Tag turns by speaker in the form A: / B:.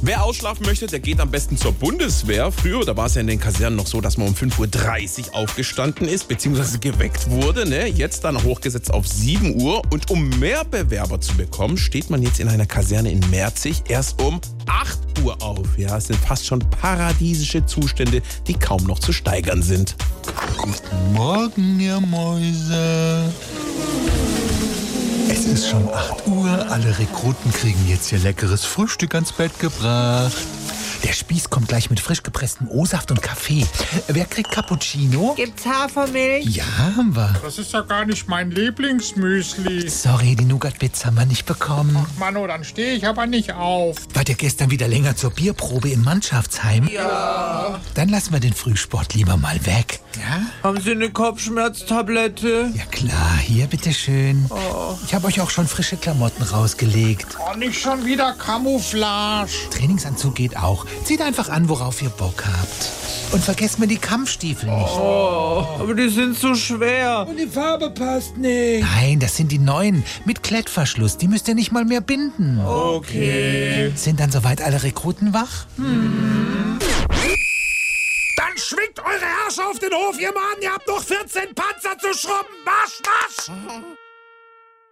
A: Wer ausschlafen möchte, der geht am besten zur Bundeswehr. Früher, da war es ja in den Kasernen noch so, dass man um 5.30 Uhr aufgestanden ist, beziehungsweise geweckt wurde. Ne? Jetzt dann hochgesetzt auf 7 Uhr. Und um mehr Bewerber zu bekommen, steht man jetzt in einer Kaserne in Merzig erst um 8 Uhr auf. Ja, es sind fast schon paradiesische Zustände, die kaum noch zu steigern sind.
B: Morgen, ihr Mäuse. Es ist schon 8 Uhr, alle Rekruten kriegen jetzt ihr leckeres Frühstück ans Bett gebracht.
C: Der Spieß kommt gleich mit frisch gepresstem O-Saft und Kaffee. Wer kriegt Cappuccino?
D: Gibt's Hafermilch?
C: Ja, haben wir.
E: Das ist ja gar nicht mein Lieblingsmüsli.
C: Sorry, die Nougat-Bits haben wir nicht bekommen.
E: Mano, dann stehe ich aber nicht auf.
C: Wart ihr gestern wieder länger zur Bierprobe im Mannschaftsheim? Ja. Dann lassen wir den Frühsport lieber mal weg. Ja?
D: Haben Sie eine Kopfschmerztablette?
C: Ja klar, hier bitteschön. Ich habe euch auch schon frische Klamotten rausgelegt.
E: Oh, nicht schon wieder Camouflage.
C: Trainingsanzug geht auch. Zieht einfach an, worauf ihr Bock habt. Und vergesst mir die Kampfstiefel nicht.
D: Aber die sind so schwer.
F: Und die Farbe passt nicht.
C: Nein, das sind die neuen mit Klettverschluss. Die müsst ihr nicht mal mehr binden.
D: Okay.
C: Sind dann soweit alle Rekruten wach?
B: Dann schwingt eure Herrschaft auf den Hof, ihr Mann. Ihr habt noch 14 Panzer zu schrubben. Marsch, marsch!